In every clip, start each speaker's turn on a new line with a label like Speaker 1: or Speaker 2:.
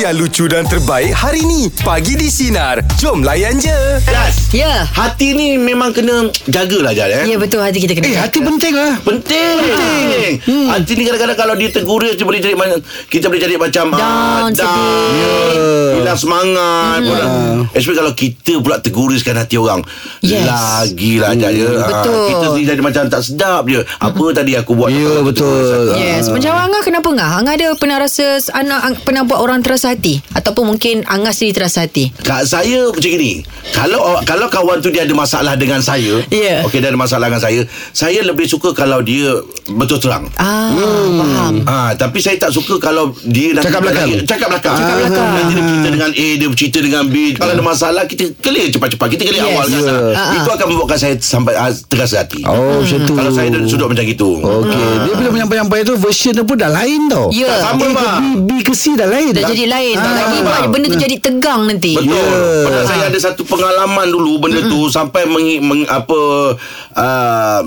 Speaker 1: yang lucu dan terbaik hari ni. Pagi di Sinar. Jom layan je.
Speaker 2: Last
Speaker 3: Ya.
Speaker 2: Hati ni memang kena Jagalah Jad eh
Speaker 3: Ya betul hati kita kena.
Speaker 4: Eh hati penting lah
Speaker 2: Penting Penting hmm. Hati ni kadang-kadang Kalau dia tergurau Kita boleh jadi macam Kita boleh jadi macam ah,
Speaker 3: Down, sedih.
Speaker 2: yeah. Hilang semangat hmm. pula. Especially kalau kita pula terguruskan hati orang
Speaker 3: Yes.
Speaker 2: Lagilah hmm. Jaya
Speaker 3: Betul.
Speaker 2: Kita sendiri jadi macam tak sedap je Apa tadi aku buat Ah.
Speaker 4: Ya,
Speaker 2: Aku
Speaker 4: betul.
Speaker 2: tergurus.
Speaker 3: Yes, macam Angah kenapa Angah? Angah ada pernah rasa anak ang, pernah buat orang terasa hati ataupun mungkin Angah sendiri terasa hati.
Speaker 2: Kak saya macam ni Kalau oh, kalau kawan tu dia ada masalah dengan saya
Speaker 3: Ya.
Speaker 2: Okey dia ada masalah dengan saya Saya lebih suka kalau dia Betul terang
Speaker 3: Ah, hmm. faham.
Speaker 2: Ah, tapi saya tak suka kalau dia nanti-
Speaker 4: Cakap Ah. belakang.
Speaker 2: nanti- cakap belakang. Cakap
Speaker 3: belakang.
Speaker 2: Nanti dia cerita dengan A, dia bercerita dengan B. Kalau ada masalah kita clear cepat-cepat. Kita clear
Speaker 3: Yes.
Speaker 2: awal kan.
Speaker 4: Yeah.
Speaker 2: Ah. Itu akan membuatkan saya sampai ah, terasa hati. Hmm.
Speaker 4: Oh macam tu Oh,
Speaker 2: Kalau saya dari sudut macam itu.
Speaker 4: Okey Dia bila menyampaikan tu Version dia pun dah lain tau
Speaker 3: Ah. Ya.
Speaker 2: Tak sama
Speaker 4: A ke
Speaker 2: bang.
Speaker 4: B B ke C dah lain
Speaker 3: Dah jadi lain.
Speaker 4: Ah.
Speaker 3: Lagi buat benda tu jadi tegang nanti.
Speaker 2: Betul.
Speaker 4: Yeah. Ah.
Speaker 2: Pernah saya ada satu pengalaman dulu benda tu sampai meng, meng apa uh,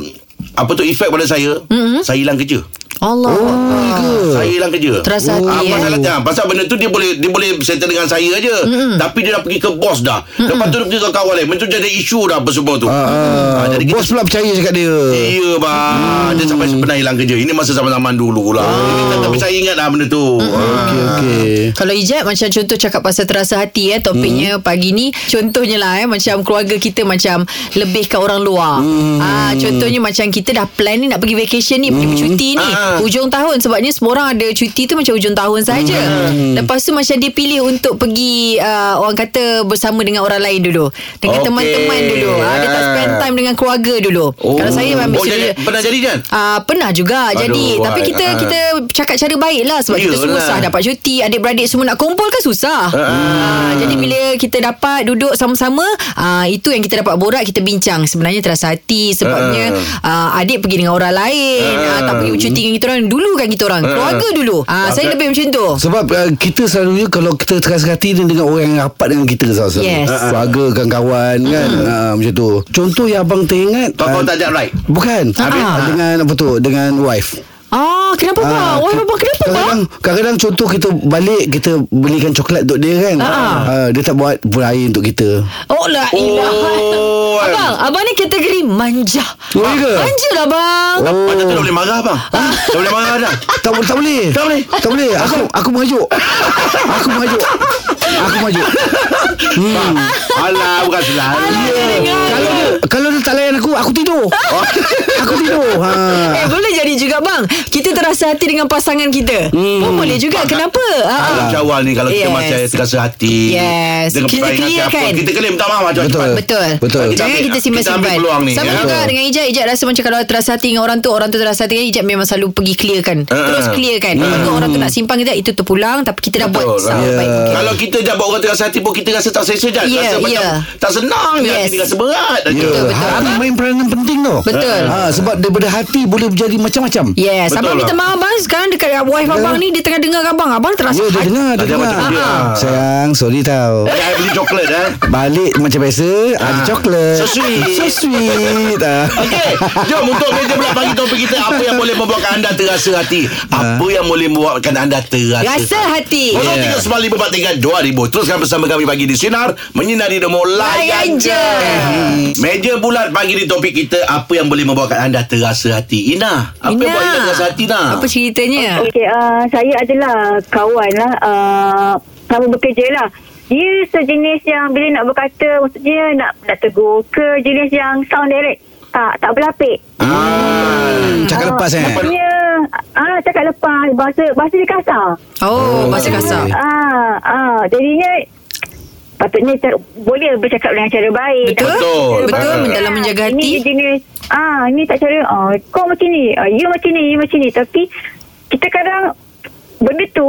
Speaker 2: apa tu efek pada saya?
Speaker 4: Mm-hmm.
Speaker 2: Saya hilang kerja.
Speaker 3: Allah. Oh,
Speaker 2: Saya hilang kerja.
Speaker 3: Terasa hati,
Speaker 2: Ah,
Speaker 3: eh.
Speaker 2: pasal, ah, pasal benda tu dia boleh dia boleh settle dengan saya aje. Mm-hmm. Tapi dia dah pergi ke bos dah. Mm-hmm. Lepas tu dia pergi ke kawan lain. Macam jadi isu dah apa semua tu.
Speaker 4: Ah,
Speaker 2: Ah, jadi kita
Speaker 4: Bos pula percaya cakap dia
Speaker 3: Eh.
Speaker 2: Iya bang hmm. Dia sampai pernah hilang kerja Ini masa zaman-zaman dulu lah oh. Tapi saya ingat lah benda tu
Speaker 4: Ah, Okey okey
Speaker 3: Kalau Ijat macam contoh cakap pasal terasa hati eh topiknya hmm. pagi ni contohnya lah eh macam keluarga kita macam lebih ke orang luar. Hmm. Ah contohnya macam kita dah plan ni nak pergi vacation ni, pergi bercuti ni
Speaker 2: Ah.
Speaker 3: hujung tahun sebabnya semua orang ada cuti tu macam hujung tahun saja. Hmm. Lepas tu macam dia pilih untuk pergi uh, orang kata bersama dengan orang lain dulu. Dengan
Speaker 2: Okey.
Speaker 3: teman-teman dulu. Ah dia tak spend
Speaker 2: Ah.
Speaker 3: time dengan keluarga dulu.
Speaker 2: Oh.
Speaker 3: Kalau saya memang
Speaker 2: oh, jadi, Pernah jadi kan?
Speaker 3: Ah pernah juga Aduh, jadi
Speaker 2: Aduh,
Speaker 3: tapi
Speaker 2: wahai.
Speaker 3: kita
Speaker 2: Ah.
Speaker 3: kita cakap cara baik lah sebab kita
Speaker 2: Yalah.
Speaker 3: semua sah dapat cuti adik-beradik semua nak kumpul kan susah. Ah jadi bila kita dapat duduk sama-sama ah itu yang kita dapat borak kita bincang sebenarnya terasa hati sebabnya ah adik pergi dengan orang lain ah tak pergi cuti dengan kita orang dulu kan kita orang keluarga dulu. Ah saya lebih macam tu.
Speaker 4: sebab uh, kita selalunya kalau kita terasa hati ni dengan orang yang rapat dengan kita selalu.
Speaker 3: Yes. Hmm.
Speaker 4: Keluarga, kawan-kawan kan. Ah, macam tu. Contoh yang abang teringat.
Speaker 2: Kau, kau
Speaker 4: ah,
Speaker 2: tak ajak right?
Speaker 4: Bukan.
Speaker 3: Ah.
Speaker 4: Dengan apa tu? Dengan wife.
Speaker 3: Ah kenapa bang?
Speaker 4: Ah,
Speaker 3: Wah abang kenapa bang?
Speaker 4: Kadang-kadang, kadang-kadang contoh kita balik kita belikan coklat untuk dia kan.
Speaker 3: Ah.
Speaker 4: Ah, dia tak buat buah air untuk kita.
Speaker 3: Oh la ilah.
Speaker 2: Oh
Speaker 3: Abang, abang ni kategori manja.
Speaker 4: Oh, ya ke?
Speaker 3: Manja lah bang.
Speaker 2: oh. Macam tu dah boleh marah bang
Speaker 3: Ah.
Speaker 2: Dah boleh marah dah
Speaker 4: Tak, bo- tak boleh.
Speaker 2: Tak boleh.
Speaker 4: Tak boleh. Aku aku mengajuk. Aku mengajuk. Aku mengajuk. Hmm.
Speaker 2: Bang, Ah. Alah bukan Ya. salah
Speaker 4: Kalau dia kalau dia tak layan aku, aku tidur. Aku tidur.
Speaker 3: Eh
Speaker 4: Ha.
Speaker 3: boleh jadi juga bang Kita terasa hati dengan pasangan kita hmm. Pun boleh juga Kenapa
Speaker 2: Dalam
Speaker 3: ha.
Speaker 2: syawal ni Ah. Kalau kita
Speaker 3: Yes.
Speaker 2: masih terasa hati
Speaker 3: Yes.
Speaker 2: Dengan
Speaker 3: Kita
Speaker 2: perangai
Speaker 3: clear
Speaker 2: siapa,
Speaker 3: kan?
Speaker 2: Kita clear minta maaf cepat-cepat.
Speaker 3: Betul
Speaker 4: Betul.
Speaker 2: Kita ambil-
Speaker 3: Jangan kita
Speaker 2: kita ambil
Speaker 3: simpan-simpan
Speaker 2: peluang ni,
Speaker 3: Sama
Speaker 2: ya.
Speaker 3: juga dengan Ijat Ijat rasa macam Kalau terasa hati dengan orang tu Orang tu terasa hati dengan Ijat Memang selalu pergi clear kan
Speaker 2: Ah.
Speaker 3: Terus clear kan Lepas tu orang tu nak simpan kita Itu terpulang Tapi kita dah buat
Speaker 2: Betul.
Speaker 3: Sama
Speaker 2: Ya.
Speaker 3: baik mungkin.
Speaker 2: Kalau kita dah buat orang terasa hati pun Kita rasa tak selesa je
Speaker 3: Ya,
Speaker 2: Rasa
Speaker 3: ya.
Speaker 2: macam Tak senang je.
Speaker 3: Yes.
Speaker 2: Hati Rasa berat Ya. aja.
Speaker 3: Betul, betul.
Speaker 4: Hati
Speaker 3: Abang?
Speaker 4: Ya. Ha, main peranan penting tau.
Speaker 3: Betul.
Speaker 4: Ha, sebab daripada hati boleh berjadi macam-macam.
Speaker 3: Yes
Speaker 2: Betul
Speaker 3: Abang
Speaker 2: lah.
Speaker 3: Ya,
Speaker 2: Ya.
Speaker 3: minta maaf abang Sekarang dekat wife abang ni Dia tengah dengar abang Abang terasa
Speaker 4: Ya, dia
Speaker 3: hati
Speaker 4: dengar, dia
Speaker 2: Ada
Speaker 4: dengar.
Speaker 2: macam dia.
Speaker 4: Sayang, sorry tau.
Speaker 2: Saya beli coklat eh
Speaker 4: Balik macam biasa, ada coklat.
Speaker 2: So sweet.
Speaker 4: Ah. So sweet. Ah.
Speaker 2: Okey, jom untuk meja bulat pagi topik kita apa yang boleh membuatkan anda terasa hati. Apa yang boleh membuatkan anda terasa.
Speaker 3: Ha? Rasa hati Ya.
Speaker 2: Yeah. 0395432000 Teruskan bersama kami pagi di Sinar Menyinari demo Layan
Speaker 3: Layan
Speaker 2: je Hmm.
Speaker 3: je.
Speaker 2: Meja bulat pagi di topik kita Apa yang boleh membuatkan anda terasa hati Ina Apa yang buat anda terasa hati Ina
Speaker 3: Apa ceritanya
Speaker 5: Okey, uh, saya adalah kawan lah, uh, sama bekerja lah. Dia sejenis yang bila nak berkata, maksudnya nak, nak tegur ke jenis yang sound direct. Tak, tak berlapik.
Speaker 2: Ah.
Speaker 4: Hmm, Cakap lepas eh.
Speaker 5: Maksudnya, ah, cakap lepas. Bahasa, bahasa dia kasar.
Speaker 3: Oh bahasa
Speaker 4: okey.
Speaker 3: kasar
Speaker 5: Ah, ah, jadinya, patutnya cak, boleh bercakap dengan cara baik.
Speaker 3: Betul
Speaker 5: Tak-
Speaker 2: Betul.
Speaker 3: Betul
Speaker 2: Ah.
Speaker 3: Dalam menjaga hati
Speaker 5: Ini dia jenis ah ni tak cara ah kau macam ni, ah, you macam ni, you macam ni tapi kita kadang benda tu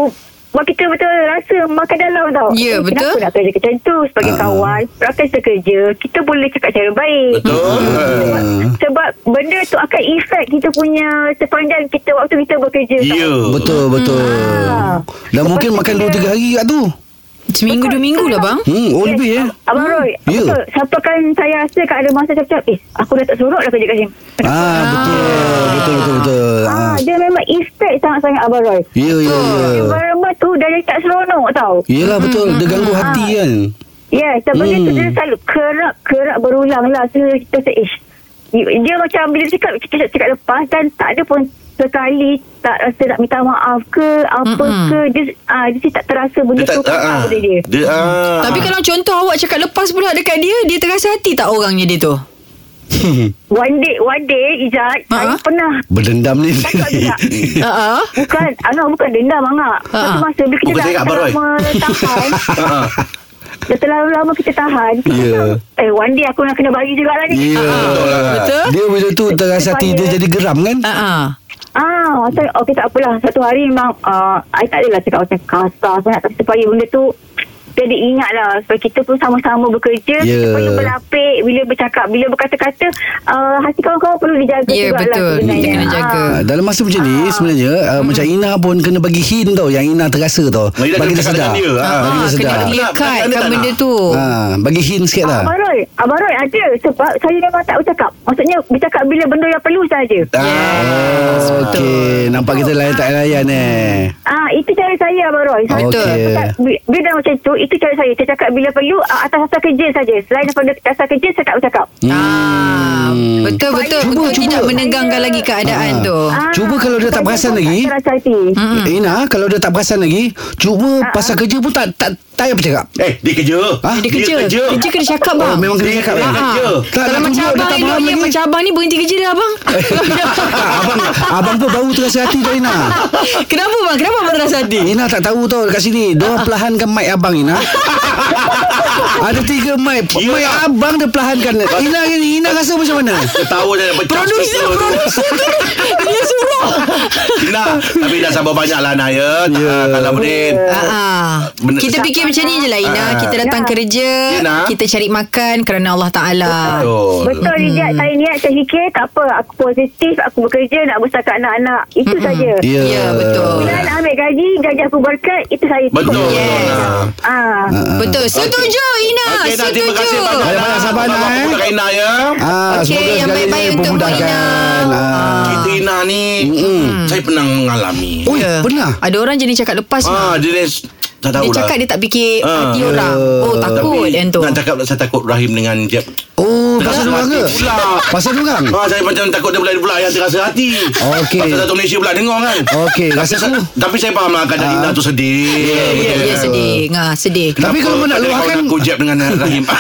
Speaker 5: buat kita betul rasa makan dalam tau.
Speaker 3: Ya,
Speaker 5: Eh,
Speaker 3: betul.
Speaker 5: Kenapa nak kerja macam tu sebagai
Speaker 2: Ah.
Speaker 5: uh. kawan, rakan sekerja, kita boleh cakap cara baik. Ah,
Speaker 2: Betul
Speaker 5: Sebab, sebab benda tu akan efek kita punya sepanjang kita waktu kita bekerja.
Speaker 2: Ya
Speaker 5: tau.
Speaker 4: Betul betul.
Speaker 5: Ah.
Speaker 4: Dan mungkin
Speaker 5: Lepas
Speaker 4: makan
Speaker 5: tu
Speaker 4: 2
Speaker 5: dia-
Speaker 4: 3 hari kat tu.
Speaker 3: Seminggu dua minggu lah bang
Speaker 4: Hmm, oh lebih eh.
Speaker 6: Abang Roy
Speaker 4: ya.
Speaker 6: yeah. Siapa kan saya rasa Kat ada masa saya cakap Eh aku dah tak sorok dah kerja kat sini
Speaker 4: Ah, betul. Betul betul betul.
Speaker 6: ah.
Speaker 4: Ah.
Speaker 6: Dia memang effect sangat-sangat Abang Roy
Speaker 4: Ya ya ya.
Speaker 6: Environment tu Dah jadi tak seronok tau
Speaker 4: Yelah betul Dia ganggu hati kan
Speaker 6: Ya, yeah, sebab
Speaker 4: Hmm.
Speaker 6: hmm. dia selalu kerap-kerap berulang lah. So, kita rasa, ish. Dia macam bila cakap, cakap, cakap lepas dan tak ada pun sekali tak rasa nak minta maaf ke apa
Speaker 3: Mm-mm.
Speaker 6: hmm. ke dia ah dia tak terasa benda
Speaker 2: Dia tak
Speaker 6: tu
Speaker 2: ah, ah.
Speaker 6: kan pada dia.
Speaker 2: Dia ah.
Speaker 3: Tapi kalau contoh awak cakap lepas pula dekat dia Dia terasa hati tak orangnya dia tu
Speaker 6: One day one day Ijat
Speaker 3: Ah,
Speaker 6: saya
Speaker 3: ah.
Speaker 6: pernah
Speaker 4: Berdendam ni
Speaker 6: Cakap juga.
Speaker 4: Ya.
Speaker 3: uh-uh.
Speaker 6: bukan Angah bukan dendam Angah.
Speaker 3: Ah, ah.
Speaker 6: Satu masa bila kita
Speaker 2: Bukan
Speaker 6: dah
Speaker 2: saya kat Abang Roy.
Speaker 6: lama tahan
Speaker 2: Ah.
Speaker 6: dah terlalu lama kita tahan kita
Speaker 4: Ya.
Speaker 6: tahu, eh one day aku nak kena bagi jugalah ni.
Speaker 4: Ya
Speaker 3: Betul?
Speaker 4: Dia bila tu terasa hati dia jadi geram kan
Speaker 3: Uh-uh.
Speaker 6: Ah, macam okey tak apalah. Satu hari memang uh, I tak adalah cakap macam kasar sangat tapi supaya benda tu kita diingat lah sebab kita pun sama-sama
Speaker 4: Ya.
Speaker 6: bekerja kita perlu berlapik bila bercakap bila berkata-kata uh, hati kawan-kawan perlu dijaga
Speaker 3: Ya,
Speaker 6: juga
Speaker 3: betul.
Speaker 6: lah sebenarnya.
Speaker 3: Kita kena jaga.
Speaker 6: Ah.
Speaker 4: Ah, dalam masa macam ni sebenarnya uh, macam Ina pun kena bagi hint tau yang Ina terasa tau
Speaker 2: Ina
Speaker 4: bagi
Speaker 2: kena
Speaker 4: dia
Speaker 2: cakap
Speaker 4: sedar.
Speaker 2: dengan dia. Ah,
Speaker 3: Ah,
Speaker 4: bagi dia sedar.
Speaker 3: kena clear
Speaker 2: Tak nak,
Speaker 3: cut
Speaker 2: tak nak,
Speaker 3: kan
Speaker 2: tak
Speaker 3: benda
Speaker 2: nak.
Speaker 3: tu
Speaker 4: Ah, bagi hint sikit lah.
Speaker 6: Abang Roy Abang Roy ada Sebab saya memang tak bercakap Maksudnya Bercakap bila benda yang perlu saja
Speaker 3: Yes Betul
Speaker 4: Ah, Okey, nampak kita layan tak layan eh.
Speaker 6: Ah Itu cara saya Abang Roy saya,
Speaker 3: Betul.
Speaker 4: Okey.
Speaker 6: tak- bi- Bila dah macam tu Itu cara saya Saya cakap bila perlu ah, Atas asal kerja saja Selain daripada asal kerja Saya tak bercakap
Speaker 3: Ah, betul betul
Speaker 4: Cuba,
Speaker 3: betul
Speaker 4: cuba.
Speaker 3: tidak menegangkan lagi keadaan
Speaker 4: Hmm. Ah.
Speaker 3: tu.
Speaker 6: Ah,
Speaker 4: Cuba kalau dia tak
Speaker 6: saya
Speaker 4: perasan
Speaker 6: pun
Speaker 4: lagi.
Speaker 6: Tak terasa hati.
Speaker 4: Mm. Ah, Ina kalau dia tak perasan lagi, cuba pasal kerja pun tak tak tak payah bercakap.
Speaker 2: Eh, dia kerja.
Speaker 4: Ah,
Speaker 3: Dia kerja. Kerja, kena cakap bang. Ah.
Speaker 4: Oh, memang kena
Speaker 2: Dia
Speaker 4: cakap.
Speaker 2: kena
Speaker 4: eh.
Speaker 2: kerja.
Speaker 4: Tak,
Speaker 3: Kalau
Speaker 4: nak
Speaker 3: macam
Speaker 4: tunjuk, dia
Speaker 3: abang
Speaker 4: tak
Speaker 3: elok
Speaker 4: faham
Speaker 3: ya,
Speaker 4: lagi.
Speaker 3: macam abang ni berhenti kerja dah abang.
Speaker 4: abang, abang pun baru terasa hati tau Ina.
Speaker 3: Kenapa bang? Kenapa abang terasa hati?
Speaker 4: Ina tak tahu tau dekat sini.
Speaker 3: Ah,
Speaker 4: Dia orang perlahankan mic abang Ina. Ada tiga mic.
Speaker 2: Ya.
Speaker 4: Mic abang dia perlahankan. Ina Ina rasa macam mana?
Speaker 2: Ketawa dia dapat
Speaker 3: Producer, producer tu dia suruh.
Speaker 2: Nah, tapi dah sabar banyak lah Nah ya. Yeah. Kalau boleh.
Speaker 3: Ah,
Speaker 2: Benda-
Speaker 3: kita fikir macam ni je lah
Speaker 4: Ah.
Speaker 3: Ina Kita datang
Speaker 6: Ya.
Speaker 3: kerja
Speaker 2: Ya, Ina.
Speaker 3: Kita cari makan Kerana Allah Ta'ala
Speaker 4: Oh.
Speaker 2: Betul.
Speaker 6: Betul hmm. dia saya niat saya fikir tak apa aku positif aku bekerja nak besarkan anak-anak itu saja.
Speaker 4: Ya.
Speaker 3: Ya, betul.
Speaker 6: Bila nak ambil gaji gaji aku berkat itu saya.
Speaker 2: Betul.
Speaker 3: Yes.
Speaker 2: Nah.
Speaker 6: Ah.
Speaker 3: Betul Setuju Ina
Speaker 2: Okey, Nah, terima
Speaker 3: Setuju
Speaker 2: kasih banyak.
Speaker 4: Banyak-banyak sabar, Nah, eh.
Speaker 2: Nak Ina ya.
Speaker 4: Ah,
Speaker 3: Okey,
Speaker 4: semoga
Speaker 3: yang
Speaker 4: segala
Speaker 3: baik-baik
Speaker 4: ini
Speaker 3: untuk Bu
Speaker 4: memudahkan.
Speaker 3: Ina.
Speaker 4: Ah.
Speaker 2: Kita Ina ni, saya pernah mengalami.
Speaker 4: Oh, ya. pernah.
Speaker 3: Ada orang jenis cakap lepas
Speaker 2: Ah, dia ni tak
Speaker 3: Dia
Speaker 2: tahu lah.
Speaker 3: cakap dia tak fikir
Speaker 2: Ah.
Speaker 3: hati orang Oh takut yang tu
Speaker 2: Nak cakap saya takut Rahim dengan dia.
Speaker 4: Oh,
Speaker 2: Terasa
Speaker 4: pasal orang
Speaker 2: hati
Speaker 4: ke?
Speaker 2: pula.
Speaker 4: Pasal orang?
Speaker 2: Ah, saya macam takut dia pula pula yang terasa hati.
Speaker 4: Okey.
Speaker 2: Pasal satu Malaysia pula dengar kan.
Speaker 4: Okey, rasa Ah.
Speaker 2: Tapi-
Speaker 4: aku.
Speaker 2: Tapi saya faham lah keadaan Ina tu sedih.
Speaker 3: Ya
Speaker 2: Betul.
Speaker 3: yeah, sedih Ngah sedih
Speaker 4: Tapi kalau
Speaker 2: Kenapa
Speaker 4: nak
Speaker 2: kau
Speaker 4: luahkan
Speaker 2: nak kojap dengan Rahim. Ah.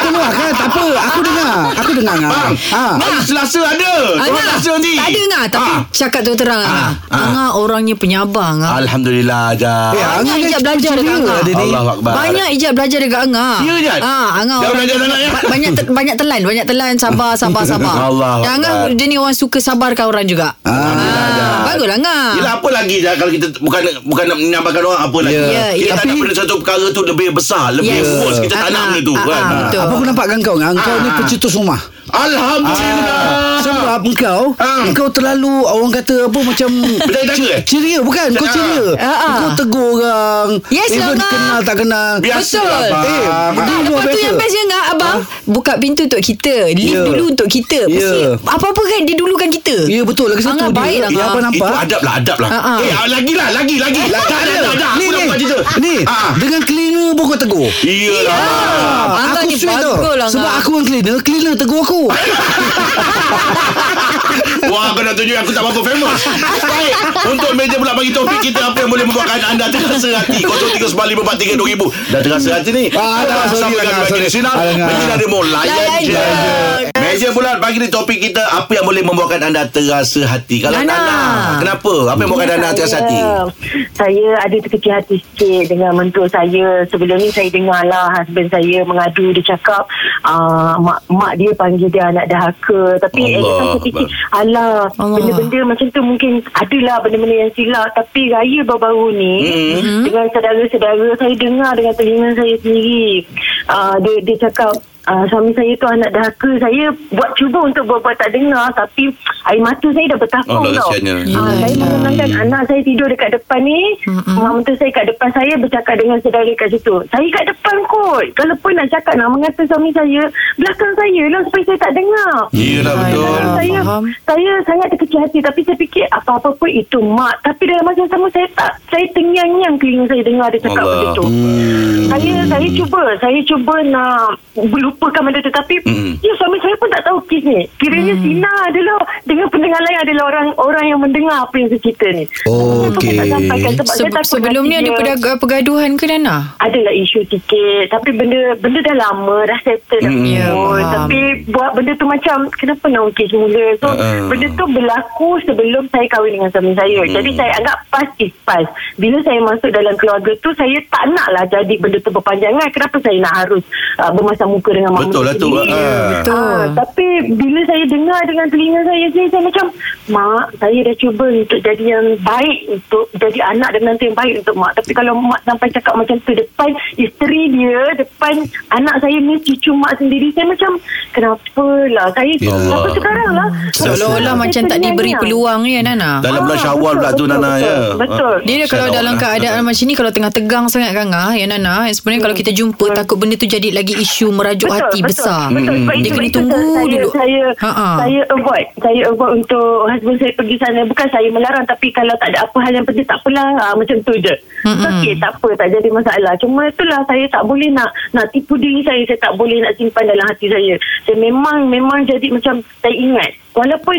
Speaker 4: Keluar kan Tak apa Aku dengar Aku dengar kan?
Speaker 2: Bang,
Speaker 4: ha.
Speaker 2: hari Ah. Selasa ada. Orang
Speaker 3: Angah,
Speaker 2: Selasa nanti.
Speaker 3: Tak ada Ngah Tapi
Speaker 2: Ah.
Speaker 3: cakap tu terang Ngah
Speaker 2: Ah.
Speaker 3: Ngah orangnya penyabar Ngah
Speaker 2: Alhamdulillah aja.
Speaker 4: Eh, Angah
Speaker 3: Angah
Speaker 4: ni
Speaker 3: ijab
Speaker 4: cukup
Speaker 3: Ah. belajar dekat
Speaker 4: ceria
Speaker 3: Angah
Speaker 4: dia ni.
Speaker 2: Allah Akbar.
Speaker 3: Banyak ijab belajar dekat Angah
Speaker 2: Ya, Jad?
Speaker 3: Ah, Angah
Speaker 2: Dah
Speaker 3: orang
Speaker 2: belajar anak ya?
Speaker 3: ba- Banyak te- banyak telan Banyak telan Sabar sabar sabar
Speaker 2: Allah
Speaker 3: Dan Angah
Speaker 2: Akbar.
Speaker 3: dia ni orang suka sabarkan orang juga ah, Bagus lah Angah
Speaker 2: Yelah apa lagi dah kalau kita bukan bukan nak menambahkan orang apa lagi.
Speaker 4: Ya,
Speaker 3: ya.
Speaker 2: kita tak nak
Speaker 4: Tapi-
Speaker 2: benda satu perkara tu lebih besar, lebih
Speaker 3: Yes.
Speaker 2: yes. kita tak
Speaker 3: Ah,
Speaker 2: nak benda tu
Speaker 3: ah,
Speaker 2: kan.
Speaker 3: ah, betul. Ah.
Speaker 4: Apa aku nampak dengan kau Angah? Kau ni pencetus rumah
Speaker 2: Alhamdulillah.
Speaker 4: Sebab engkau
Speaker 2: Ah.
Speaker 4: Engkau terlalu Orang kata apa Macam
Speaker 2: Berdaya dara eh?
Speaker 4: Ceria bukan Kau
Speaker 2: Ah.
Speaker 4: ceria
Speaker 3: Ah, ah.
Speaker 4: Kau tegur orang
Speaker 3: Yes, Angah. Ya.
Speaker 4: Even kenal tak kenal
Speaker 2: Biasa
Speaker 3: Betul.
Speaker 2: lah
Speaker 4: Eh,
Speaker 2: abang. Eh,
Speaker 4: betul.
Speaker 3: Ah,
Speaker 4: luar
Speaker 3: lepas tu
Speaker 4: biasa.
Speaker 3: yang best yang abang buka pintu untuk kita. Lift
Speaker 4: Ya.
Speaker 3: dulu untuk kita. Mesti
Speaker 4: Ya.
Speaker 3: apa-apa kan dia dulukan kita.
Speaker 4: Ya betul Lagi
Speaker 3: Angah
Speaker 4: satu
Speaker 3: baik
Speaker 4: dia
Speaker 3: lah,
Speaker 4: Yang
Speaker 3: Angah.
Speaker 4: apa
Speaker 2: itu
Speaker 4: nampak
Speaker 2: adab lah, adab lah.
Speaker 3: Ah, ah.
Speaker 2: Eh, ah, lagi lah, lagi, lagi. Tak ada, tak ada.
Speaker 4: Ni
Speaker 2: Aku dah
Speaker 4: ni
Speaker 2: buat cerita.
Speaker 4: Ni
Speaker 2: Ah.
Speaker 4: Dengan cleaner pun kau tegur
Speaker 2: Iyalah.
Speaker 4: Ya.
Speaker 3: Ah. Angah
Speaker 4: aku
Speaker 3: ni
Speaker 4: sweet tau
Speaker 3: bagus lah,
Speaker 4: Sebab
Speaker 3: Angah.
Speaker 4: aku yang cleaner Cleaner tegur aku
Speaker 2: Wah, kau nak tunjuk aku tak apa famous. Baik, untuk meja pula bagi topik kita apa yang boleh membuatkan anda terasa hati. 0395432000. Dah terasa hati ni.
Speaker 4: Ah, dah, sorry,
Speaker 2: Bersama
Speaker 4: dah,
Speaker 2: kami bagi
Speaker 4: sorry.
Speaker 2: di sinar.
Speaker 4: Ah, dah.
Speaker 2: Menyinari mu layan
Speaker 3: Layan
Speaker 2: je.
Speaker 3: je.
Speaker 2: Meja bulat bagi di topik kita apa yang boleh membuatkan anda terasa hati. Kalau
Speaker 3: Nana.
Speaker 2: Nana, kenapa? Apa yang membuatkan anda terasa hati?
Speaker 4: Ya.
Speaker 7: Saya ada terkecil hati sikit dengan mentua saya. Sebelum ni saya dengar lah husband saya mengadu. Dia cakap uh, mak, mak dia panggil dia anak dahaka. Tapi
Speaker 2: Allah
Speaker 7: eh, saya fikir, alah,
Speaker 3: Allah.
Speaker 7: benda-benda macam tu mungkin adalah benda-benda yang silap. Tapi raya baru-baru ni,
Speaker 2: Mm-hmm.
Speaker 7: dengan saudara-saudara, saya dengar dengan telinga saya sendiri. Uh, Ah, dia, dia cakap,
Speaker 6: uh, suami saya tu anak dahaka saya buat cuba untuk berbuat tak dengar tapi air mata saya dah bertahun
Speaker 2: Allah
Speaker 6: tau
Speaker 2: kesiannya.
Speaker 6: Ah, saya menenangkan anak saya tidur dekat depan ni mak mentua saya kat depan saya bercakap dengan saudara kat situ saya kat depan kot kalau pun nak cakap nak mengata suami saya belakang saya lah supaya saya tak dengar
Speaker 4: Ya lah,
Speaker 2: Yelah betul.
Speaker 3: Alah.
Speaker 6: saya
Speaker 3: faham.
Speaker 6: saya sangat terkecil hati tapi saya fikir apa-apa pun itu mak tapi dalam masa yang sama saya tak saya tengyang-nyang telinga saya dengar dia cakap
Speaker 2: Allah.
Speaker 6: benda tu saya saya cuba saya cuba nak lupakan benda tu tapi
Speaker 2: Hmm.
Speaker 6: ya suami saya pun tak tahu kes ni kiranya Sina adalah dengan pendengar lain adalah orang orang yang mendengar apa yang saya cerita ni
Speaker 4: Oh,
Speaker 6: Saya pun
Speaker 4: okey.
Speaker 6: tak sampaikan sebab saya
Speaker 3: Se-
Speaker 6: takut
Speaker 3: sebelum ni
Speaker 6: nanti
Speaker 3: ada
Speaker 6: dia-
Speaker 3: pedag- pergaduhan ke Nana?
Speaker 6: adalah isu sikit lah tapi benda benda dah lama dah settle dah
Speaker 2: Mm,
Speaker 3: ya,
Speaker 6: yeah,
Speaker 3: faham.
Speaker 6: tapi buat benda tu macam kenapa nak ukir semula so
Speaker 2: Uh-uh.
Speaker 6: uh. benda tu berlaku sebelum saya kahwin dengan suami saya mm. jadi saya anggap pas is pas bila saya masuk dalam keluarga tu saya tak nak lah jadi benda tu berpanjangan kenapa saya nak harus uh, bermasam muka dengan mak
Speaker 2: Betul lah tu.
Speaker 6: sendiri?
Speaker 2: Ah.
Speaker 3: Betul.
Speaker 6: Ah, tapi bila saya dengar dengan telinga saya sendiri saya macam mak saya dah cuba untuk jadi yang baik untuk jadi anak dan nanti yang baik untuk mak tapi kalau mak sampai cakap macam tu depan isteri dia depan anak saya ni cucu mak sendiri saya macam kenapa lah saya
Speaker 2: Ya Allah.
Speaker 6: apa sekarang lah
Speaker 3: Seolah-olah
Speaker 6: Saya
Speaker 3: macam tak
Speaker 6: ternyanyang.
Speaker 3: diberi peluang ya Nana.
Speaker 2: Dalam bulan
Speaker 6: Ah,
Speaker 2: syawal
Speaker 6: betul,
Speaker 2: pula tu
Speaker 6: betul,
Speaker 2: Nana
Speaker 6: betul,
Speaker 2: ya.
Speaker 6: betul.
Speaker 2: Ah.
Speaker 3: Dia dah
Speaker 2: Shout
Speaker 3: kalau
Speaker 2: out
Speaker 3: dalam
Speaker 2: lah.
Speaker 3: keadaan macam ni Kalau tengah tegang sangat Kang Ah, Ya Nana eh, Sebenarnya kalau kita jumpa Takut benda tu jadi lagi isu Merajuk hati besar
Speaker 6: Hmm.
Speaker 3: Hmm.
Speaker 6: Betul, sebab
Speaker 3: Dia
Speaker 6: itu-
Speaker 3: kena
Speaker 6: itu
Speaker 3: tunggu
Speaker 6: saya,
Speaker 3: dulu
Speaker 6: Saya,
Speaker 3: Ha-ha.
Speaker 6: saya avoid. Saya avoid untuk husband saya pergi sana. Bukan saya melarang tapi kalau tak ada apa hal yang penting tak apalah. Ha, macam tu je.
Speaker 3: Mm-mm.
Speaker 6: Okey, tak apa. Tak jadi masalah. Cuma itulah saya tak boleh nak nak tipu diri saya. Saya tak boleh nak simpan dalam hati saya. Saya memang memang jadi macam saya ingat. Walaupun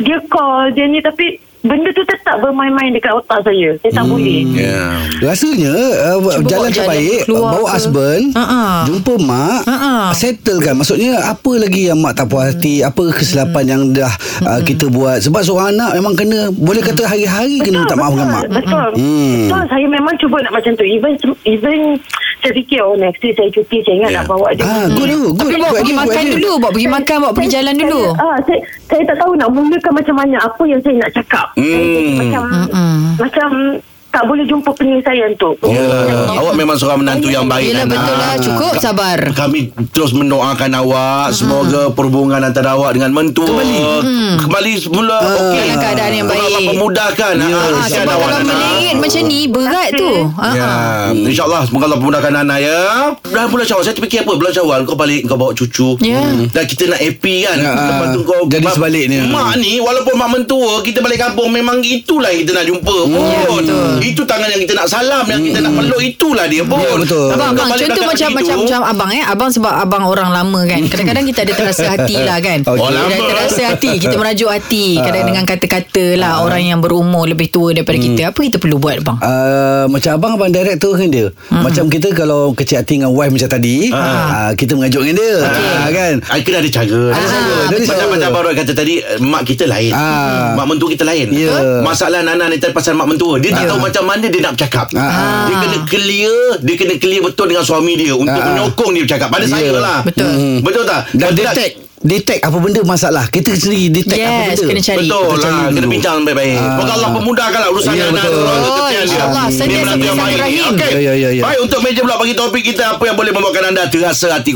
Speaker 6: dia call dia ni tapi benda tu tetap bermain-main dekat otak saya. Saya tak
Speaker 3: Hmm.
Speaker 6: boleh.
Speaker 2: Ya.
Speaker 4: Rasanya uh,
Speaker 3: Cuba
Speaker 4: jalan
Speaker 3: bawa jalan
Speaker 4: terbaik
Speaker 3: keluar
Speaker 4: bawa
Speaker 3: ke.
Speaker 4: husband,
Speaker 3: Ha-ha.
Speaker 4: jumpa mak,
Speaker 3: Ha-ha.
Speaker 4: settle kan. Maksudnya apa lagi yang mak tak puas hati, apa kesilapan
Speaker 3: Hmm.
Speaker 4: yang dah uh, kita buat. Sebab seorang anak memang kena boleh
Speaker 3: Hmm.
Speaker 4: kata hari-hari kena minta maaf dengan mak.
Speaker 6: Betul.
Speaker 4: Hmm.
Speaker 6: Hmm. Betul. Saya memang cuba nak macam tu. Even even saya fikir oh next day saya cuti saya ingat
Speaker 2: Ya.
Speaker 6: yeah. nak bawa dia.
Speaker 4: Ah, good tu, good.
Speaker 3: Tapi bawa
Speaker 4: Buat
Speaker 3: pergi
Speaker 4: dia, buat
Speaker 3: makan
Speaker 4: dia.
Speaker 3: dulu Bawa pergi makan Bawa pergi
Speaker 6: Saya-
Speaker 3: jalan
Speaker 6: saya-
Speaker 3: dulu
Speaker 6: Ah, saya, saya tak tahu nak mulakan macam mana apa yang saya nak cakap.
Speaker 2: Hmm.
Speaker 6: Saya jadi macam
Speaker 4: Hmm.
Speaker 3: Mm-mm.
Speaker 6: macam tak boleh jumpa penyelesaian tu.
Speaker 4: Ya.
Speaker 2: Yelah, Ya. awak memang seorang menantu yang baik
Speaker 3: Yelah
Speaker 2: Nana.
Speaker 3: betul lah Cukup sabar
Speaker 2: Kami terus mendoakan awak Semoga perhubungan antara awak dengan mentua Kembali Kembali semula Okey
Speaker 3: Dalam keadaan yang
Speaker 2: Semoga
Speaker 3: baik.
Speaker 2: Allah memudahkan ya,
Speaker 3: Ah, sebab kalau melengit macam ni berat tu. Ha
Speaker 2: Ya, insyaAllah Semoga Allah memudahkan Nana ya Dah bulan syawal Saya terfikir apa Bulan syawal Kau balik Kau bawa cucu
Speaker 3: Ya.
Speaker 2: Hmm. Dan kita nak happy kan
Speaker 4: Ya,
Speaker 2: Lepas tu kau
Speaker 4: jadi
Speaker 2: mak-
Speaker 4: sebaliknya.
Speaker 2: Mak ni Walaupun mak mentua Kita balik kampung Memang itulah yang kita nak jumpa
Speaker 4: Hmm.
Speaker 2: pun
Speaker 3: Ya,
Speaker 2: Itu tangan yang kita nak salam Yang kita nak peluk Itulah dia pun
Speaker 4: Ya, betul.
Speaker 2: Tapi kau
Speaker 3: Abang, abang
Speaker 2: balik
Speaker 3: contoh
Speaker 2: belakang
Speaker 3: macam
Speaker 2: begitu,
Speaker 3: macam macam abang eh. Abang sebab abang orang lama kan. Kadang-kadang kita ada terasa hati lah kan.
Speaker 4: Okey.
Speaker 2: Oh, lama.
Speaker 3: Kita ada terasa hati, kita merajuk hati kadang dengan kata-kata lah orang yang berumur lebih tua daripada kita. Apa kita perlu buat bang?
Speaker 4: Uh, macam abang abang direct tu kan dia.
Speaker 3: Hmm.
Speaker 4: Macam kita kalau kecil hati dengan wife macam tadi, uh, kita mengajuk dengan dia. Ah, kan.
Speaker 2: Ah, Kena ada cara
Speaker 4: Ada cara, ada
Speaker 2: Macam
Speaker 4: cara.
Speaker 2: macam Abang Roy kata tadi eh, Mak kita lain
Speaker 4: Ah.
Speaker 2: Mak mentua kita lain
Speaker 4: Ya.
Speaker 2: Masalah Nana ni tadi Pasal mak mentua Dia tak tahu macam mana Dia nak bercakap
Speaker 4: Ah.
Speaker 2: Dia kena clear Dia kena clear betul Dengan suami dia Untuk
Speaker 4: Ah.
Speaker 2: menyokong dia bercakap Pada saya
Speaker 4: Ya.
Speaker 2: lah
Speaker 3: Betul.
Speaker 2: Mm. Betul tak
Speaker 4: Dan
Speaker 2: Kalau dia nak-
Speaker 4: detect detect apa benda masalah. Kita sendiri detect apa
Speaker 3: Yes,
Speaker 4: benda.
Speaker 3: kena cari.
Speaker 2: Betul
Speaker 4: Kita
Speaker 2: lah
Speaker 4: cari
Speaker 2: Kena
Speaker 4: dulu.
Speaker 2: bincang baik-baik
Speaker 4: Ah.
Speaker 2: Semoga Allah memudahkan lah Urusan
Speaker 4: Ya,
Speaker 2: Nana
Speaker 4: betul.
Speaker 2: Betul
Speaker 3: InsyaAllah. Sentiasa bersilaturahim.
Speaker 2: okay.
Speaker 4: Ya, ya, ya, ya.
Speaker 2: Baik untuk meja pula Bagi topik kita Apa yang boleh membuatkan anda Terasa hati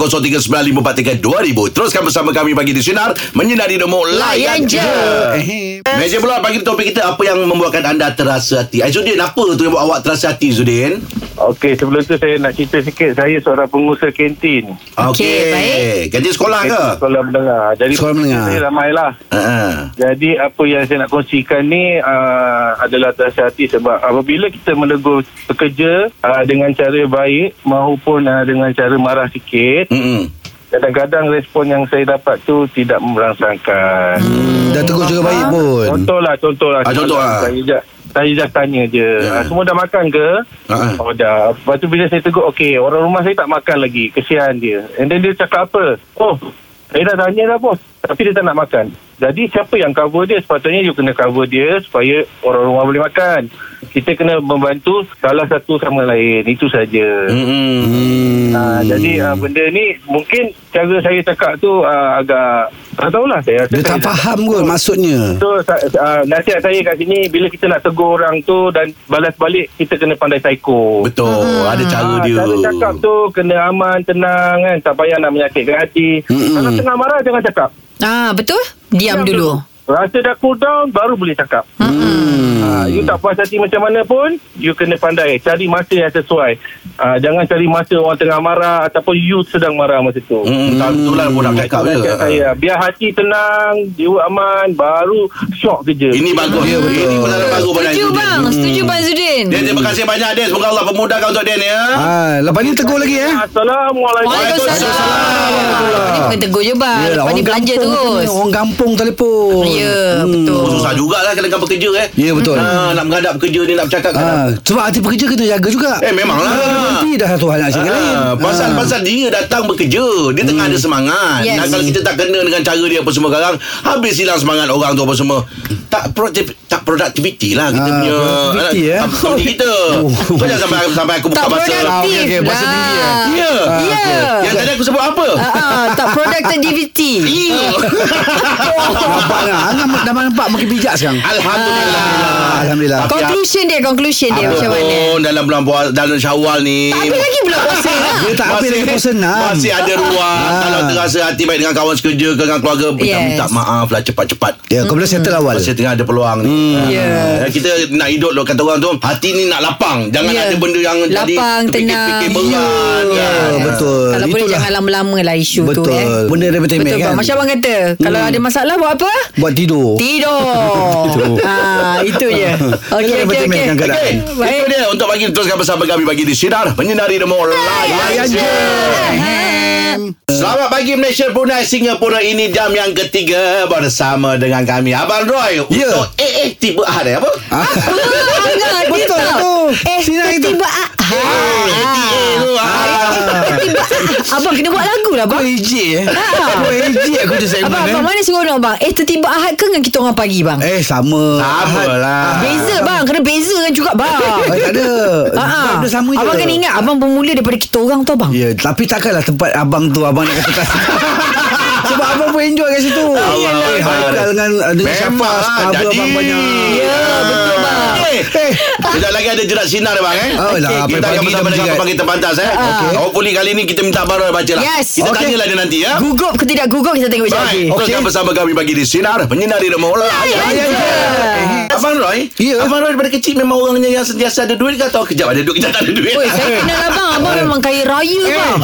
Speaker 2: 0395432000 Teruskan bersama kami Pagi di Sinar Menyinari demo Layan
Speaker 3: Layan je.
Speaker 2: je
Speaker 4: Eh.
Speaker 2: Meja pula Bagi topik kita Apa yang membuatkan anda Terasa hati Aizudin apa tu Yang buat awak terasa hati Zudin
Speaker 8: Okey, sebelum tu saya nak cerita sikit. Saya seorang pengusaha kantin.
Speaker 3: Okey, baik.
Speaker 2: Kantin sekolah ke
Speaker 8: Kantin Sekolah menengah. Jadi
Speaker 4: Sekolah menengah.
Speaker 8: Saya ramailah.
Speaker 2: Ha.
Speaker 8: Jadi apa yang saya nak kongsikan ni uh, adalah terasa hati sebab apabila kita menegur pekerja uh, dengan cara baik maupun uh, dengan cara marah sikit,
Speaker 2: Hmm.
Speaker 8: kadang-kadang respon yang saya dapat tu tidak merangsangkan. Hmm.
Speaker 4: Dah tegur juga baik pun.
Speaker 8: Contoh lah, contoh lah.
Speaker 2: Ah, contoh lah.
Speaker 8: Saya je, saya je tanya je.
Speaker 2: Ya.
Speaker 8: Ah, semua dah makan ke?
Speaker 2: Ah.
Speaker 8: Oh dah. Lepas tu bila saya tegur, okey, orang rumah saya tak makan lagi. Kesian dia. And then dia cakap apa? Oh, saya dah tanya dah bos. Tapi dia tak nak makan. Jadi siapa yang cover dia? Sepatutnya you kena cover dia supaya orang rumah boleh makan. kita kena membantu salah satu sama lain. Itu saja.
Speaker 2: Hmm.
Speaker 8: Ah, jadi ah, benda ni mungkin cara saya cakap tu ah, agak tak tahulah saya.
Speaker 4: Dia
Speaker 8: saya
Speaker 4: tak faham kot maksudnya.
Speaker 8: So sa- ah, nasihat saya kat sini bila kita nak tegur orang tu dan balas balik kita kena pandai psycho.
Speaker 2: Betul.
Speaker 3: Ha,
Speaker 2: Ada cara
Speaker 8: Ah,
Speaker 2: dia.
Speaker 8: Cara cakap tu kena aman, tenang kan. Tak payah nak menyakitkan hati.
Speaker 4: Mm-mm.
Speaker 8: Kalau tengah marah jangan cakap.
Speaker 3: Ah betul? Diam dulu.
Speaker 8: Rasa dah cool down baru boleh cakap. Hmm. Ha, you tak puas hati macam mana pun, you kena pandai cari masa yang sesuai. Ha, jangan cari masa orang tengah marah ataupun you sedang marah masa tu.
Speaker 2: Hmm, tak betul lah pun nak cakap
Speaker 8: Nasihat
Speaker 2: dia.
Speaker 8: saya, biar hati tenang, jiwa aman, baru syok kerja.
Speaker 2: Ini bagus. Ini benar bagus pada
Speaker 3: Setuju bang, setuju bang Zudin.
Speaker 2: Dan terima kasih banyak Dan Semoga Allah pemudahkan untuk Dan ya
Speaker 4: Ah, lepas ni tegur lagi eh.
Speaker 8: Assalamualaikum.
Speaker 3: Waalaikumsalam. Ini bukan tegur je bang.
Speaker 4: Yelah,
Speaker 3: Ah, Lepas ni belanja
Speaker 4: kampung
Speaker 3: terus.
Speaker 4: kena, Orang kampung telefon.
Speaker 3: Ya, betul.
Speaker 2: Oh, Susah jugalah Kena kan pekerja eh
Speaker 4: Ya, betul.
Speaker 2: ha, Nak menghadap kerja ni Nak bercakap ha.
Speaker 4: Ah, sebab hati pekerja kena jaga juga.
Speaker 2: Eh memanglah
Speaker 4: Nanti dah satu hal nak cakap lain.
Speaker 2: Ah, pasal pasal dia datang bekerja dia tengah ada semangat yes.
Speaker 3: Yes.
Speaker 2: nah, kalau kita tak kena dengan cara dia apa semua sekarang habis hilang semangat orang tu apa semua tak produktif tak produktiviti lah kita
Speaker 4: Ah,
Speaker 2: punya
Speaker 4: productivity,
Speaker 2: anak-
Speaker 4: eh.
Speaker 2: apa benda kita kau jangan sampai sampai aku buka
Speaker 3: Tak
Speaker 2: bahasa
Speaker 4: Ah, okey, okey,
Speaker 3: produktif
Speaker 4: bahasa diri, eh.
Speaker 3: lah.
Speaker 2: ya
Speaker 3: Ya.
Speaker 2: yang tadi aku sebut apa
Speaker 3: Ah, ah, Tak productivity.
Speaker 2: Iya.
Speaker 4: Nampak dah. lah. Angah dah nampak makin bijak sekarang.
Speaker 2: Alhamdulillah.
Speaker 4: Alhamdulillah.
Speaker 2: Tapi
Speaker 3: Conclusion dia, conclusion dia macam mana?
Speaker 2: Apapun dalam bulan puasa dalam Syawal ni.
Speaker 3: Habis lagi bulan puasa lah.
Speaker 4: Dia tak habis lagi pukul senang.
Speaker 2: Masih ada ruang
Speaker 4: Ah.
Speaker 2: Kalau terasa hati baik Dengan kawan sekerja ke Dengan keluarga Minta,
Speaker 3: Yes.
Speaker 2: minta maaf lah Cepat-cepat
Speaker 4: Ya, kau boleh settle awal.
Speaker 2: Masih tengah ada peluang ni hmm.
Speaker 3: Ya.
Speaker 2: Kita nak hidup loh Kata orang tu Hati ni nak lapang Jangan
Speaker 3: Ya.
Speaker 2: ada benda yang jadi
Speaker 3: Lapang,
Speaker 2: terfikir-fikir
Speaker 3: tenang.
Speaker 2: berat
Speaker 3: Ya,
Speaker 2: kan.
Speaker 4: betul.
Speaker 3: Kalau boleh
Speaker 4: Itulah.
Speaker 3: jangan lama-lama lah isu
Speaker 4: Betul.
Speaker 3: tu eh.
Speaker 4: Benda daripada
Speaker 3: Betul
Speaker 4: temik
Speaker 3: bang.
Speaker 4: kan.
Speaker 3: Macam abang kata, kalau ada masalah buat apa?
Speaker 4: Buat tidur.
Speaker 3: Tidur.
Speaker 4: Tidur.
Speaker 3: ah, itu je. Okey, Ha. okey,
Speaker 4: Itulah kan, penting
Speaker 3: okey.
Speaker 4: mainkan keadaan.
Speaker 3: Okey,
Speaker 2: Itu dia Untuk bagi teruskan bersama kami Bagi di Sinar Menyinari Demo Layan je Selamat pagi Malaysia Brunei Singapura Ini jam yang ketiga Bersama dengan kami Abang Roy
Speaker 4: Ya.
Speaker 2: Untuk AA tiba hari Apa?
Speaker 4: Ah,
Speaker 3: Angah, dia
Speaker 4: Betul
Speaker 3: tahu.
Speaker 4: tu.
Speaker 3: Eh,
Speaker 4: Sinar itu. Eh.
Speaker 3: tiba ah.
Speaker 2: AA tu ah.
Speaker 3: Tiba ah. Abang kena buat lagu lah
Speaker 4: Kau
Speaker 3: bang.
Speaker 4: ejek eh.
Speaker 3: Ah.
Speaker 4: Kau ejek aku je segmen
Speaker 3: Abang,
Speaker 4: eh.
Speaker 3: abang mana seronok bang? Eh, tertiba ahad ke dengan kita orang pagi bang?
Speaker 4: Eh, ah. sama.
Speaker 2: Sama lah.
Speaker 3: Beza bang Kena beza kan juga bang
Speaker 4: Ah, tak ada.
Speaker 3: Ah,
Speaker 4: Sebab dia sama je.
Speaker 3: Abang kena ingat Abang bermula daripada kita orang tu bang
Speaker 4: Ya, tapi takkanlah tempat abang tu abang nak kata tak. Sebab abang pun enjoy kat situ.
Speaker 3: Ah,
Speaker 2: iyalah.
Speaker 4: Eh, Haikal dengan dengan siapa?
Speaker 2: Memang lah
Speaker 4: Cover
Speaker 2: Jadi
Speaker 4: abang banyak. Ah.
Speaker 2: Ya betul bang Eh Sekejap lagi ada jerat sinar bang eh
Speaker 4: Oh, lah, apa
Speaker 2: Kita akan
Speaker 4: pagi Ah.
Speaker 2: bersama
Speaker 4: jam
Speaker 2: dengan
Speaker 4: jerat.
Speaker 2: Abang kita pantas eh
Speaker 3: Okey.
Speaker 2: Hopefully kali ni kita minta Abang Roy baca lah
Speaker 3: Yes.
Speaker 2: Kita
Speaker 3: Okey.
Speaker 2: tanyalah dia nanti ya
Speaker 3: Gugup ke tidak gugup Kita tengok sekejap lagi
Speaker 2: Baik Teruskan bersama kami Bagi di Sinar Menyinari Demo
Speaker 3: Ya,
Speaker 2: Layan
Speaker 3: je.
Speaker 2: Eh, Abang Roy
Speaker 4: Ya.
Speaker 2: Abang Roy daripada kecil Memang orangnya yang sentiasa ada duit ke Atau kejap ada duit Kejap tak ada duit
Speaker 3: Oi, saya kenal abang Abang memang kaya raya bang
Speaker 4: Eh.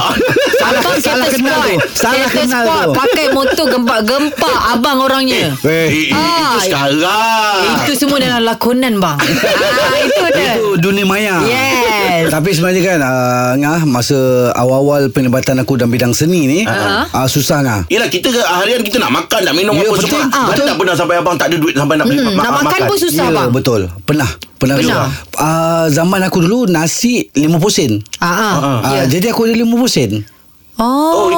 Speaker 4: Salah-
Speaker 3: Abang
Speaker 4: salah
Speaker 3: kereta
Speaker 4: kenal
Speaker 3: sport
Speaker 4: tu. Salah
Speaker 3: Kereta
Speaker 4: kenal
Speaker 3: sport
Speaker 4: tu.
Speaker 3: Pakai motor gempak-gempak Abang orangnya
Speaker 2: Eh, eh,
Speaker 4: Eh,
Speaker 2: Itu
Speaker 3: Ah.
Speaker 2: sekarang
Speaker 3: Itu semua dalam lakonan bang ah, Itu dia
Speaker 4: Ah. itu dunia maya.
Speaker 3: Yes
Speaker 4: Tapi sebenarnya kan uh, Ngah Masa awal-awal penlibatan aku dalam bidang seni ni
Speaker 3: Ah.
Speaker 4: uh-huh. uh, Susah Ngah
Speaker 2: Yelah kita ke harian kita nak makan nak minum
Speaker 4: Ya,
Speaker 2: apa
Speaker 4: betul.
Speaker 2: semua.
Speaker 4: Ah,
Speaker 2: Mana
Speaker 4: betul.
Speaker 2: tak pernah sampai abang tak ada duit sampai nak beli
Speaker 3: Hmm,
Speaker 2: ma-
Speaker 3: nak makan pun susah, bang.
Speaker 4: Ya, Betul Pernah Pernah,
Speaker 3: Pernah.
Speaker 4: pernah. Uh, Zaman aku dulu Nasi 50 sen
Speaker 3: Ah, ah.
Speaker 4: uh,
Speaker 3: Ya.
Speaker 4: Jadi aku ada 50 sen
Speaker 3: Oh,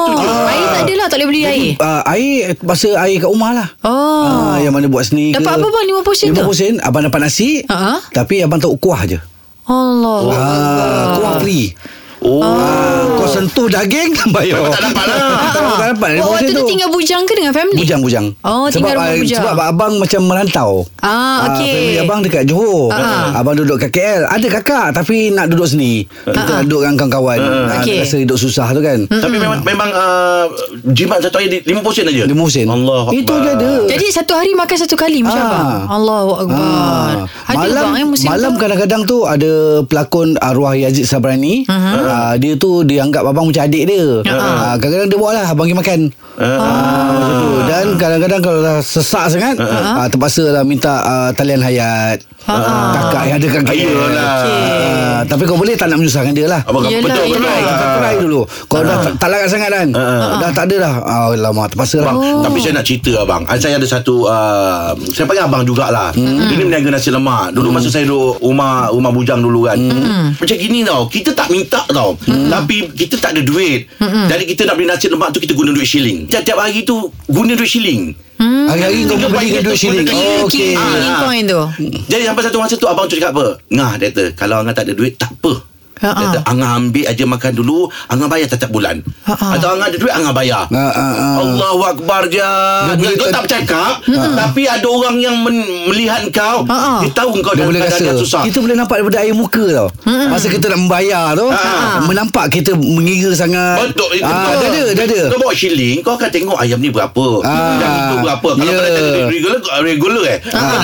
Speaker 3: Air tak ada lah Tak boleh beli air
Speaker 4: uh, Air Masa air kat rumah lah
Speaker 3: Oh
Speaker 4: Ah, yang mana buat seni
Speaker 3: Dapat
Speaker 4: ke
Speaker 3: apa bang 50 sen tu?
Speaker 4: 50 sen Abang dapat nasi
Speaker 3: Ah. Oh
Speaker 4: Tapi abang tahu kuah je
Speaker 3: Allah
Speaker 4: ah, Kuah free
Speaker 2: Oh.
Speaker 4: ah, Kau sentuh daging Bayar
Speaker 2: Tak dapat lah.
Speaker 4: Abang tak dapat
Speaker 3: Oh,
Speaker 4: 50 sen
Speaker 3: waktu tu
Speaker 4: tu.
Speaker 3: tinggal bujang ke dengan family?
Speaker 4: Bujang bujang.
Speaker 3: Oh, tinggal rumah
Speaker 4: ah,
Speaker 3: bujang.
Speaker 4: Sebab abang macam merantau.
Speaker 3: Ah, okey.
Speaker 4: family abang dekat Johor.
Speaker 3: Ah.
Speaker 4: Abang duduk kat KL. Ada kakak tapi nak duduk sendiri. Kita nak duduk dengan kawan-kawan. Ah,
Speaker 3: Okey. Hmm.
Speaker 4: Rasa hidup susah tu kan.
Speaker 2: Tapi memang memang uh, jimat satu hari di- 50 sen aja.
Speaker 4: 50 sen.
Speaker 2: Allah.
Speaker 4: Itu dia ada.
Speaker 3: Jadi satu hari makan satu kali macam
Speaker 4: Ah.
Speaker 3: abang. Allahu akbar.
Speaker 4: Ah.
Speaker 3: Ada
Speaker 4: malam
Speaker 3: bang eh musim
Speaker 4: malam
Speaker 3: tu.
Speaker 4: kadang-kadang tu ada pelakon arwah Yazid Sabrani. Uh-huh. Uh, dia tu dianggap abang macam adik dia.
Speaker 3: Ah.
Speaker 4: Uh-huh. Uh, kadang-kadang dia bawa lah abang pergi makan.
Speaker 2: Eh,
Speaker 4: Uh-huh. Uh, dan kadang-kadang kalau dah sesak sangat uh-huh. uh, terpaksa lah minta uh, talian hayat.
Speaker 3: Ha, Ah.
Speaker 4: Uh-huh. Kakak yang ada kakak dia.
Speaker 2: Ayolah.
Speaker 4: Uh, tapi kau boleh tak nak menyusahkan dia lah.
Speaker 2: Abang yelah,
Speaker 3: Yelah,
Speaker 2: betul
Speaker 3: yelah.
Speaker 2: yelah.
Speaker 4: Try,
Speaker 2: betul.
Speaker 4: kau try dulu. Kau dah tak, tak larat sangat kan? Dah tak ada dah. Ah, lama terpaksa lah.
Speaker 2: Bang, oh. tapi saya nak cerita abang. Ah, Saya ada satu uh, saya panggil abang jugalah. Hmm. Ini berniaga nasi lemak. Dulu masa saya duduk rumah rumah bujang dulu kan. Hmm. Macam gini tau. Kita tak minta tau. Hmm. Tapi kita tak ada duit. Hmm. Jadi kita nak beli nasi lemak tu kita guna duit shilling. Tiap-tiap hari tu guna duit shilling.
Speaker 4: Hari-hari kau
Speaker 2: Tiga
Speaker 4: pun
Speaker 2: baik
Speaker 4: bagi
Speaker 2: kita
Speaker 4: duit
Speaker 2: pun
Speaker 4: syirik.
Speaker 2: dekat
Speaker 4: Oh,
Speaker 2: syirik.
Speaker 4: okey.
Speaker 2: Ah.
Speaker 3: Ini point tu
Speaker 2: Jadi sampai satu masa tu Abang tu cakap apa Ngah dia kata Kalau Angah tak ada duit Tak apa
Speaker 3: Ha, ha.
Speaker 2: dia kata, Angah ambil aja makan dulu Angah bayar setiap bulan
Speaker 3: Ha, ha.
Speaker 2: Atau Angah ada duit Angah bayar
Speaker 4: Ha, ha, ha.
Speaker 2: Allahu Akbar je
Speaker 4: boleh
Speaker 2: Kau
Speaker 4: tak-
Speaker 2: tak bercakap Tapi ada orang yang men- melihat kau
Speaker 3: Ha, ha.
Speaker 2: Dia tahu kau
Speaker 4: Dia
Speaker 2: dalam
Speaker 4: boleh
Speaker 2: keadaan
Speaker 4: rasa
Speaker 2: yang susah
Speaker 4: Kita boleh nampak daripada air muka tau Masa kita nak membayar tu
Speaker 2: Ah.
Speaker 4: Menampak kita mengira sangat
Speaker 2: Betul itu betul.
Speaker 4: Ah, Dah ada Dah ada
Speaker 2: Kau bawa shilling Kau akan tengok ayam ni berapa
Speaker 4: Ah.
Speaker 2: Yang itu berapa Kalau
Speaker 4: Ya.
Speaker 2: kau dah cakap regular Regular eh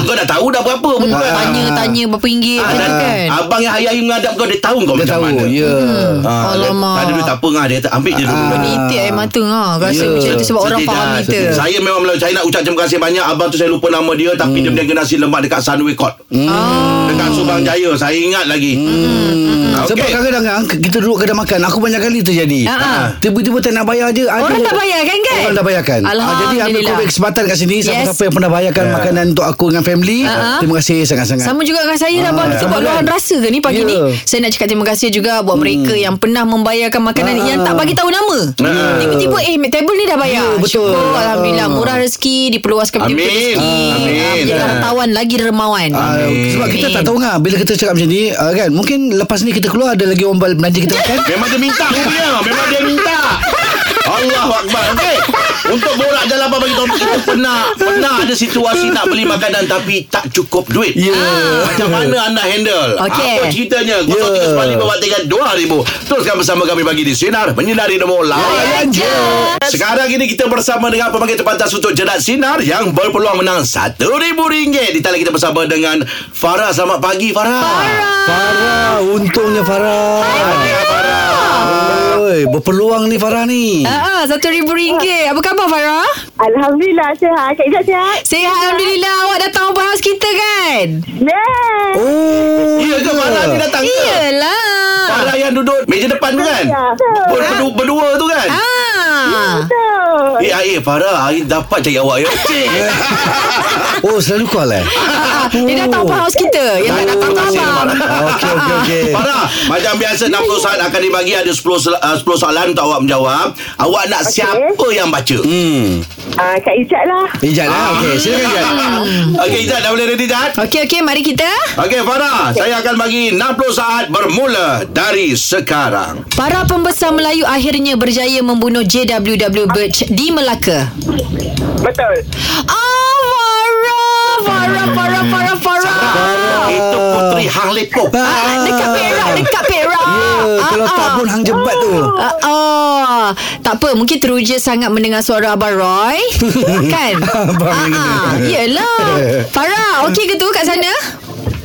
Speaker 2: Kau dah tahu dah berapa betul kan?
Speaker 4: Ah.
Speaker 3: Tanya-tanya berapa ringgit
Speaker 2: Ah,
Speaker 3: kan,
Speaker 2: dan
Speaker 3: Ah. kan?
Speaker 2: Abang yang hari-hari mengadap kau Dia tahu kau
Speaker 4: Dah
Speaker 2: macam
Speaker 4: tahu
Speaker 2: mana
Speaker 4: Ya
Speaker 2: Ah, dia-
Speaker 3: Alamak.
Speaker 2: Tak ada duit tak apa ngah dia kata ambil je dulu.
Speaker 3: Menitik air mata ha. Rasa
Speaker 4: Ya.
Speaker 3: macam tu sebab orang
Speaker 2: Sedih,
Speaker 3: faham
Speaker 2: Jan.
Speaker 3: kita
Speaker 2: Sedih. Saya memang Melayu Saya nak ucap terima kasih banyak Abang tu saya lupa nama dia Tapi
Speaker 3: Hmm.
Speaker 2: dia berniaga nasi lemak Dekat Sunway Court
Speaker 3: Ah.
Speaker 2: Dekat Subang Jaya Saya ingat lagi
Speaker 3: Hmm.
Speaker 2: Ah,
Speaker 4: Sebab
Speaker 2: okey.
Speaker 4: kadang-kadang Kita duduk kedai makan Aku banyak kali terjadi
Speaker 3: Ah, ah.
Speaker 4: Tiba-tiba tak nak bayar je ada-
Speaker 3: Orang dah bayarkan kan?
Speaker 4: Orang dah bayarkan Ah, Jadi ambil
Speaker 3: Alhamdulillah.
Speaker 4: korek kesempatan kat sini Siapa-siapa yang pernah bayarkan
Speaker 2: Ya.
Speaker 4: Makanan untuk aku dengan family
Speaker 3: Ah, ah.
Speaker 4: Terima kasih sangat-sangat
Speaker 3: Sama juga dengan saya lah Abang Kita buat
Speaker 4: sama
Speaker 3: luahan
Speaker 4: kan?
Speaker 3: rasa ke ni Pagi
Speaker 4: Ya. Hmm.
Speaker 3: ni Saya nak cakap terima kasih juga Buat mereka yang pernah Membayarkan makanan
Speaker 4: Ah.
Speaker 3: Yang tak bagi tahu nama Tiba-tiba Eh table ni dah bayar
Speaker 4: Ya, betul.
Speaker 3: Syukur Alhamdulillah Murah rezeki Diperluaskan betul-betul
Speaker 2: Amin.
Speaker 3: rezeki
Speaker 2: Amin.
Speaker 3: Ah, Menjadi
Speaker 2: Ah.
Speaker 3: hartawan Lagi dermawan
Speaker 4: Ah, sebab kita tak tahu kan Bila kita cakap macam ni ah, kan Mungkin lepas ni kita keluar Ada lagi orang bal- belanja kita makan
Speaker 2: Memang dia minta punya Memang dia minta Allah Akbar okay. Untuk borak jalan apa bagi tahu Kita pernah Pernah ada situasi Nak beli makanan Tapi tak cukup duit Ah.
Speaker 4: Ya.
Speaker 2: Macam mana anda handle
Speaker 3: Okey.
Speaker 2: Apa ceritanya 0395432000 kan Teruskan bersama kami Bagi di Sinar Menyinari demo Layan je Sekarang ini kita bersama Dengan pemakai terpantas Untuk jedat Sinar Yang berpeluang menang RM1,000 Di talian kita bersama dengan Farah Selamat pagi Farah Farah
Speaker 3: Ah.
Speaker 4: Farah Untungnya Farah Oi, berpeluang ni Farah ni
Speaker 5: Eh.
Speaker 3: Ah, ah, satu ribu ringgit. Apa khabar Farah?
Speaker 5: Alhamdulillah sihat. Cik Izzat sihat?
Speaker 3: Sehat Alhamdulillah. Awak datang open house kita kan?
Speaker 5: Yes.
Speaker 4: Oh
Speaker 2: Ya ke Farah ni datang ke?
Speaker 3: Iyalah.
Speaker 2: Farah yang duduk meja depan tu kan?
Speaker 5: Ya.
Speaker 2: Ber, berdua, berdua tu kan?
Speaker 3: Ha? Ah.
Speaker 5: Betul.
Speaker 2: Eh, eh, Farah, hari dapat cari awak ya.
Speaker 4: Oh selalu call eh
Speaker 3: Ah, Dia datang open house kita. Yang tak datang tu
Speaker 2: Terima kasih,
Speaker 3: abang.
Speaker 2: Farah.
Speaker 4: Okey okey okey
Speaker 3: Ah.
Speaker 2: Farah, macam biasa 60 saat akan dibagi ada 10 soal- ah, 10 soalan untuk awak menjawab. Awak nak siapa yang baca? Ah.
Speaker 4: Hmm
Speaker 5: Ah, Kak Izzat lah.
Speaker 4: Ijat lah Okey
Speaker 3: Ah.
Speaker 4: silakan Ijat
Speaker 2: Okey, Izzat dah boleh ready Izzat?
Speaker 3: Okey, okey. Mari kita.
Speaker 2: Okey, Farah, saya akan bagi 60 saat bermula dari sekarang.
Speaker 3: Para pembesar Melayu akhirnya berjaya membunuh JWW Birch di Melaka.
Speaker 8: Betul.
Speaker 3: Ah, Farah. Farah, Farah, Farah, Farah.
Speaker 2: Itu Puteri Hang Lepoh.
Speaker 3: Ah, Dekat Perak, dekat Ah, Perak.
Speaker 4: Ya, Kalau tak pun hang jebat tu
Speaker 3: Uh, oh, tak apa. Mungkin teruja sangat mendengar suara Abang Roy. kan?
Speaker 4: Abang
Speaker 3: Ah,
Speaker 4: ni.
Speaker 3: ah, Yelah. Farah, okey ke tu kat sana?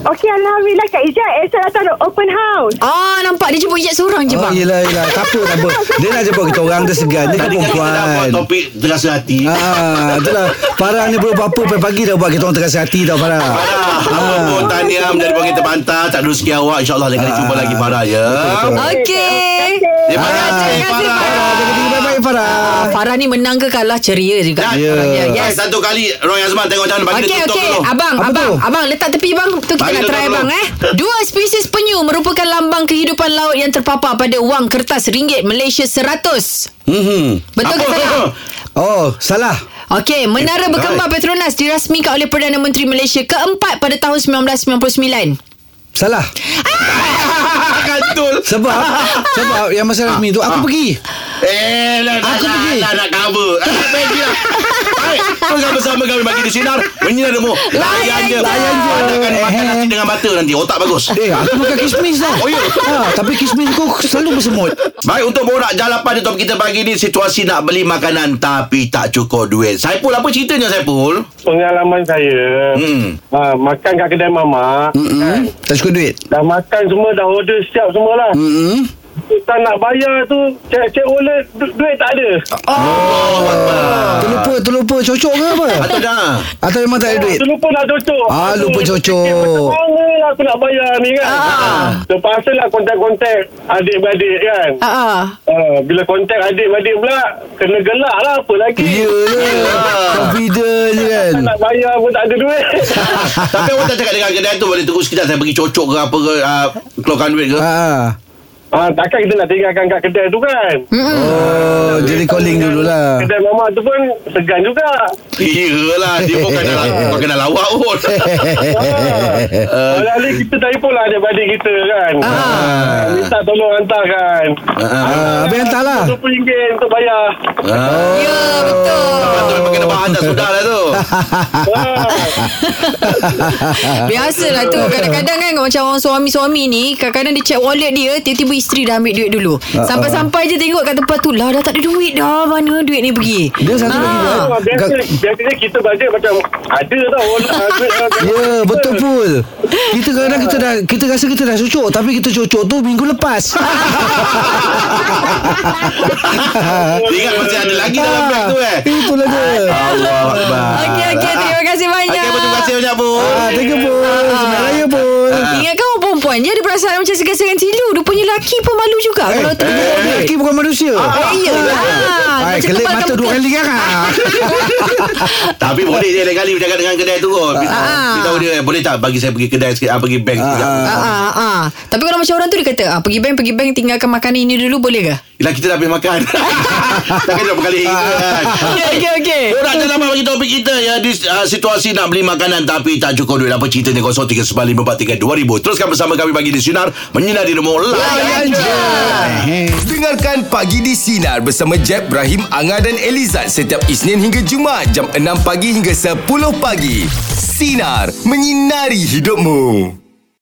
Speaker 5: Okey, Alhamdulillah Kak Izzat.
Speaker 6: Eh,
Speaker 5: Izzat datang open house.
Speaker 3: Ah, nampak dia jemput Ijat seorang je,
Speaker 4: Oh
Speaker 3: bang.
Speaker 4: yelah yelah Tak apa tak apa Dia nak jemput kita orang Dia segan Dia kan
Speaker 2: Tadi kan kita dah buat
Speaker 4: perempuan
Speaker 2: topik terasa hati.
Speaker 4: Ah, itulah Farah ni belum apa-apa Pagi dah buat kita orang terasa hati tau Farah
Speaker 2: Farah Apa pun tahniah Menjadi panggil terpantas Tak ada rezeki awak InsyaAllah lain kali jumpa lagi Farah ya
Speaker 3: Okey.
Speaker 2: Ah. Terima kasih
Speaker 3: terima kasih,
Speaker 2: Farah
Speaker 4: Jaga diri baik-baik Farah
Speaker 3: Ah, Farah ni menang ke kalah ceria juga.
Speaker 2: Ya.
Speaker 3: Ya,
Speaker 2: Yes.
Speaker 3: yes.
Speaker 2: Satu kali Roy Azman tengok macam mana Bagi
Speaker 3: Okey
Speaker 2: dia tutup
Speaker 3: okey
Speaker 2: dulu
Speaker 3: abang
Speaker 4: Apa
Speaker 3: abang
Speaker 4: tu?
Speaker 3: abang letak tepi bang tu kita
Speaker 2: Mari
Speaker 3: nak
Speaker 2: letak
Speaker 3: try
Speaker 2: dulu.
Speaker 3: abang eh. Dua spesies penyu merupakan lambang kehidupan laut yang terpapar pada wang kertas ringgit Malaysia 100.
Speaker 4: Mhm.
Speaker 3: Betul ke
Speaker 2: Apa?
Speaker 3: salah?
Speaker 4: Oh, salah.
Speaker 3: Okey, Menara
Speaker 2: Eh,
Speaker 3: Berkembar
Speaker 2: baik.
Speaker 3: Petronas dirasmikan oleh Perdana Menteri Malaysia keempat pada tahun 1999.
Speaker 4: Salah.
Speaker 2: Kantul
Speaker 4: Sebab sebab yang masa resmi tu
Speaker 2: Ah.
Speaker 4: aku pergi.
Speaker 2: Eh lah, lah,
Speaker 4: Aku
Speaker 2: lah,
Speaker 4: pergi.
Speaker 2: lah, nak cover Eh, pergi lah Baik Teruskan bersama kami Bagi di sinar Menyinar demo Layan je Layan je Eh, Adakan makan nasi dengan mata nanti Otak bagus
Speaker 4: Eh, aku makan kismis dah.
Speaker 2: Oh, ya?
Speaker 4: Ha, tapi kismis kau selalu bersemut.
Speaker 2: Baik untuk borak jalapan di topik kita pagi ni Situasi nak beli makanan Tapi tak cukup duit Saipul apa ceritanya Saipul?
Speaker 8: Pengalaman saya
Speaker 2: Hmm.
Speaker 8: ah, Makan kat kedai mamak kan,
Speaker 4: Hmm? Tak cukup duit.
Speaker 8: Dah makan semua Dah order siap semua lah
Speaker 4: Hmm.
Speaker 8: Tak nak bayar tu Cek-cek wallet du- Duit tak ada
Speaker 4: Terlupa terlupa cocok ke apa?
Speaker 2: Atau dah
Speaker 4: Atau memang tak ada Eh, duit?
Speaker 8: Aku lupa nak cocok
Speaker 4: Ah, lupa cocok.
Speaker 8: Macam mana lah aku nak bayar ni kan ah. Terpaksa lah kontak-kontak Adik-beradik kan
Speaker 3: Ha ah.
Speaker 8: ah, Bila kontak adik-beradik pula Kena gelak lah apa lagi
Speaker 4: Ya. Yelah. Confident je kan.
Speaker 8: Tak nak bayar pun tak ada duit
Speaker 4: Ah,
Speaker 2: Tapi awak tak cakap dengan kedai tu Boleh terus sekejap Saya pergi cocok ah, ke apa ke uh, Keluarkan duit ke
Speaker 4: Ha.
Speaker 8: Ah, takkan kita nak tinggalkan kat kedai tu kan. Ah,
Speaker 4: Oh, jadi calling dululah.
Speaker 8: Kedai mamak tu pun segan juga.
Speaker 2: Iyalah Dia bukan nak Bukan nak lawak pun
Speaker 8: Ah, Alih-alih kita telefon lah adik-adik kita kan. Ah. Minta tolong hantar kan.
Speaker 4: Ah, abang hantarlah.
Speaker 8: RM20 untuk bayar.
Speaker 2: Ah.
Speaker 3: Ya betul
Speaker 2: Lepas tu memang kena bahan Tak sudah lah tu
Speaker 8: Ah.
Speaker 3: Ah, Biasalah tu Kadang-kadang kan Macam orang suami-suami ni Kadang-kadang dia check wallet dia Tiba-tiba isteri dah ambil duit dulu Sampai-sampai je tengok kat tempat tu Lah dah tak ada duit dah Mana duit ni pergi
Speaker 4: Dia satu
Speaker 3: Ah.
Speaker 4: lagi
Speaker 8: Ah,
Speaker 4: kan.
Speaker 8: biasa,
Speaker 4: Ka-
Speaker 8: biasanya kita baca macam ada tau orang
Speaker 4: Ya betul pul Kita kadang kita dah Kita rasa kita dah cocok Tapi kita cocok tu minggu lepas
Speaker 8: Ah,
Speaker 2: Dia Ingat masih ada lagi dalam beg tu eh
Speaker 4: Itulah dia
Speaker 2: Allah Akbar
Speaker 3: Okey Ah, okey terima kasih banyak
Speaker 2: Okey terima kasih banyak pun
Speaker 4: ah, Thank you pul Selamat raya pul
Speaker 3: Ingat kan orang perempuan je Ada perasaan macam segan-segan dengan silu Rupanya laki pun malu juga eh, Kalau tu
Speaker 2: Ah.
Speaker 3: eh,
Speaker 4: Lelaki bukan manusia
Speaker 3: eh, iyalah
Speaker 4: Ay,
Speaker 3: Macam
Speaker 4: kelip
Speaker 3: tebalkan
Speaker 4: mata dua
Speaker 3: betul.
Speaker 4: kali kan
Speaker 2: Tapi boleh dia lain kali Bercakap dengan kedai tu kot
Speaker 3: Ah.
Speaker 2: Kita tahu dia eh, Boleh tak bagi saya pergi kedai sikit ah, Pergi bank sekejap
Speaker 3: Ah, ah, ah. Tapi kalau macam orang tu dia kata ah, Pergi bank, pergi bank Tinggalkan makanan ini dulu boleh ke?
Speaker 2: Yelah kita dah habis makan Takkan dua kali kita kan
Speaker 3: Ah, Okey okey okey
Speaker 2: Orang tak dapat bagi topik kita ya di uh, situasi nak beli makanan tapi tak cukup duit apa ceritanya 0395432000 teruskan bersama kami bagi di sinar menyinari rumah layan je
Speaker 1: Dengarkan Pagi di Sinar bersama Jeb, Ibrahim, Anga dan Elizad setiap Isnin hingga Jumaat jam 6 pagi hingga 10 pagi. Sinar, menyinari hidupmu.